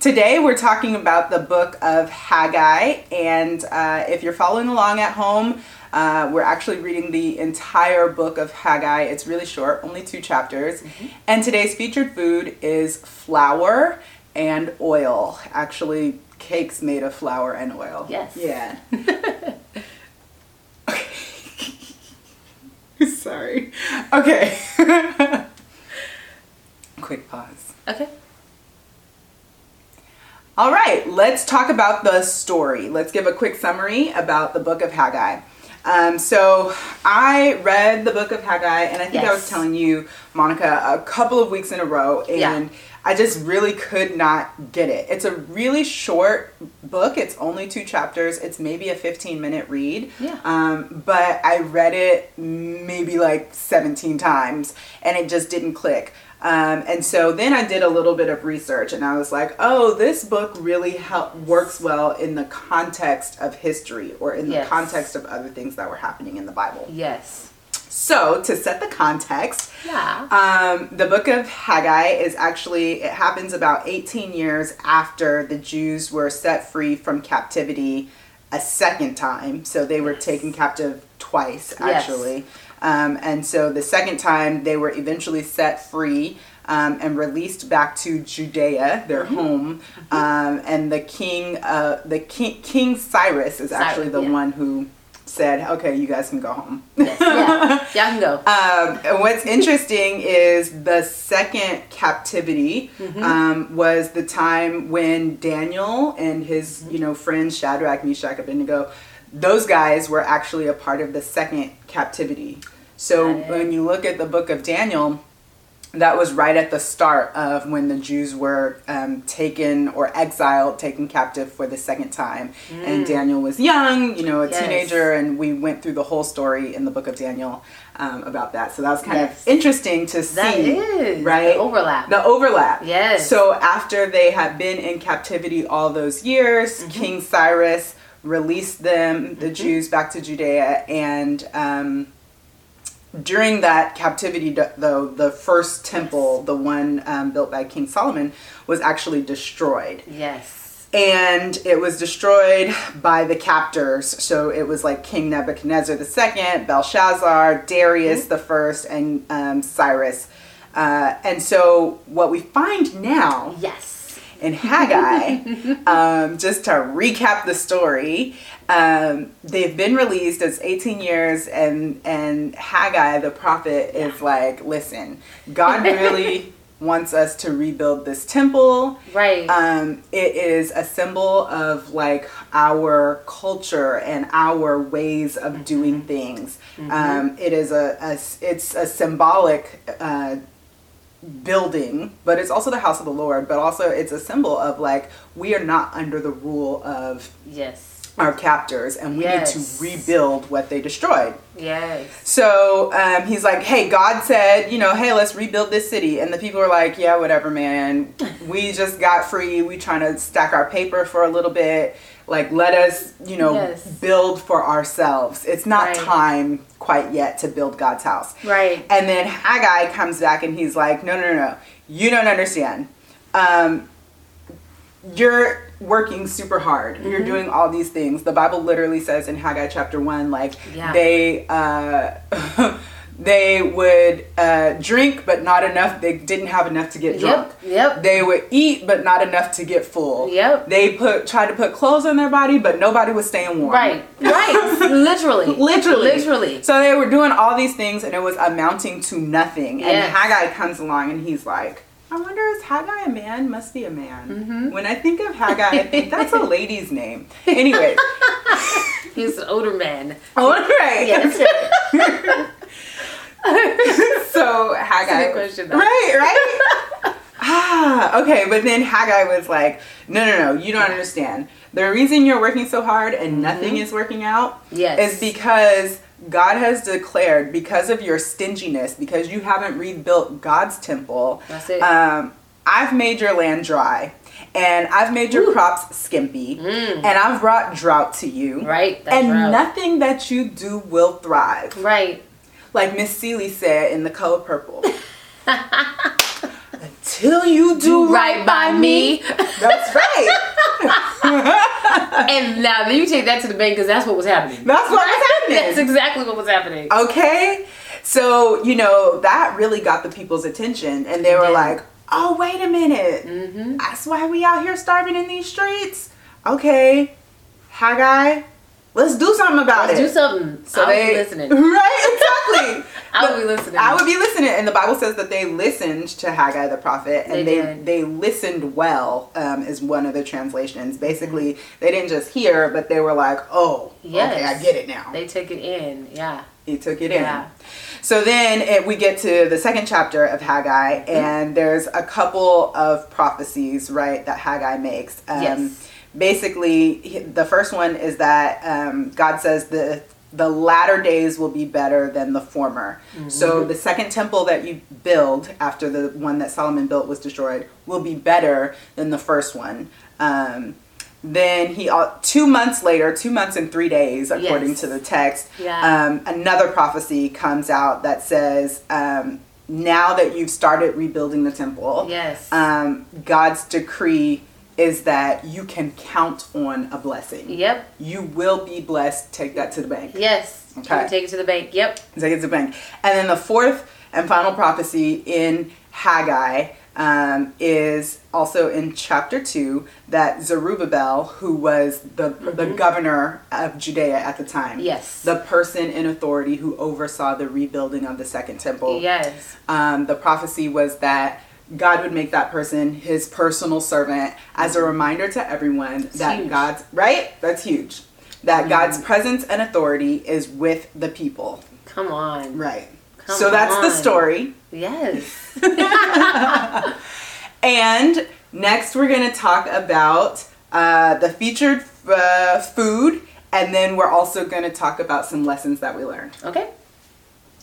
Today, we're talking about the book of Haggai, and uh, if you're following along at home, uh, we're actually reading the entire book of Haggai. It's really short, only two chapters. And today's featured food is flour and oil. Actually, cakes made of flour and oil. Yes. Yeah. Sorry. Okay. Quick pause. Okay. All right, let's talk about the story. Let's give a quick summary about the book of Haggai. Um, so, I read the book of Haggai, and I think I was Yes. telling you, Monica, a couple of weeks in a row, and Yeah. I just really could not get it. It's a really short book, it's only two chapters, it's maybe a 15 minute read. Yeah. Um, but I read it maybe like 17 times, and it just didn't click. Um, and so then I did a little bit of research and I was like, oh, this book really help, works well in the context of history or in Yes. the context of other things that were happening in the Bible. Yes. So, to set the context, Yeah. um, the book of Haggai is actually, it happens about 18 years after the Jews were set free from captivity a second time. So they were taken captive twice, actually. Um, and so the second time they were eventually set free um, and released back to Judea, their Mm-hmm. home. Um, and the king, uh, the king, King Cyrus is actually the yeah. one who said, okay, you guys can go home. yes. Yeah. Y'all can go. Um, and what's interesting is the second captivity Mm-hmm. um, was the time when Daniel and his, you know, friends Shadrach, Meshach, Abednego, those guys were actually a part of the second captivity. So Got it. when you look at the book of Daniel, that was right at the start of when the Jews were um, taken or exiled, taken captive for the second time. And Daniel was young, you know, a Mm. Yes. teenager, and we went through the whole story in the book of Daniel um, about that. So that was kind Yes. of interesting to see. that is right? the overlap. The overlap. Yes. So after they had been in captivity all those years, Mm-hmm. King Cyrus released them, the Jews, back to Judea. And um, during that captivity, d- though, the first temple, the one um, built by King Solomon, was actually destroyed yes. and it was destroyed by the captors. So it was like King Nebuchadnezzar II, Belshazzar, Darius the first, and um, Cyrus. Uh, and so what we find now Yes. in Haggai, um, just to recap the story, um, they've been released. It's 18 years, and and Haggai the prophet is like, listen, God really wants us to rebuild this temple. Right. Um, it is a symbol of like our culture and our ways of doing things. Um, it is a, a s- it's a symbolic uh, building, but it's also the house of the Lord. But also, it's a symbol of like we are not under the rule of yes. our captors, and we need Yes. to rebuild what they destroyed. Yes. So um, he's like, hey, God said, you know, hey, let's rebuild this city. And the people are like, yeah, whatever, man. We just got free. We trying to stack our paper for a little bit. Like, let us, you know, Yes. build for ourselves. It's not Right. time quite yet to build God's house. Right. And then Haggai comes back and he's like, no, no, no, no. You don't understand. Um, you're working super hard. Mm-hmm. You're doing all these things. The Bible literally says in Haggai chapter 1, like, Yeah. they. Uh, They would uh, drink, but not enough. They didn't have enough to get Yep, drunk. yep. They would eat, but not enough to get full. Yep. They put tried to put clothes on their body, but nobody was staying warm. Right. Right. Literally. Literally. Literally. So they were doing all these things and it was amounting to nothing. Yes. And Haggai comes along and he's like, I wonder, is Haggai a man? Must be a man. Mm-hmm. When I think of Haggai, I think that's a lady's name. Anyway, He's an older man. all right. Yes. So Haggai. That's a good question, though. right, right? ah, okay. But then Haggai was like, no, no, no, you don't understand. The reason you're working so hard and nothing is working out Mm-hmm. yes. is because God has declared because of your stinginess, because you haven't rebuilt God's temple. That's it. Um, I've made your land dry, and I've made your crops skimpy, and I've brought drought to you. Mm. right. That's And right. nothing that you do will thrive. Right. Like Miss Seeley said in The Color Purple. till you do right by me. That's right. and now you take that to the bank because that's what was happening. That's what was happening. That's exactly what was happening. okay so you know that really got the people's attention and they were did. Mm-hmm. like oh wait a minute that's why we out here starving in these streets okay haggai let's do something about Let's it do something. so I was they listening. right exactly I But would be listening. i would be listening and the bible says that they listened to haggai the prophet and They they they, did. listened well um, is one of the translations basically they didn't just hear but they were like oh okay i Yes. get it now They took it in. Yeah. he took it Yeah. in. So then it, we get to the second chapter of Haggai, Mm-hmm. and there's a couple of prophecies, right, that Haggai makes. Um, Yes. Basically, he- the first one is that um, God says the the latter days will be better than the former. Mm-hmm. So the second temple that you build after the one that Solomon built was destroyed will be better than the first one. Um, then he al- two months later, two months and three days, according Yes. to the text, Yeah. um, another prophecy comes out that says, um, now that you've started rebuilding the temple, Yes. um, God's decree is that you can count on a blessing. Yep. You will be blessed. Take that to the bank. Yes. You Okay. can take it to the bank. Yep. Take it to the bank. And then the fourth and final prophecy in Haggai um, is also in chapter two that Zerubbabel, who was the the governor of Judea at the time, Yes. the person in authority who oversaw the rebuilding of the second temple, Yes. um, the prophecy was that God would make that person his personal servant as a reminder to everyone that Mm-hmm. huge. Mm-hmm. God's right. That's huge. That God's presence and authority is with the people. Come on. Right. Come so that's the on. story. Yes. And next, we're going to talk about uh, the featured uh, food, and then we're also going to talk about some lessons that we learned. Okay.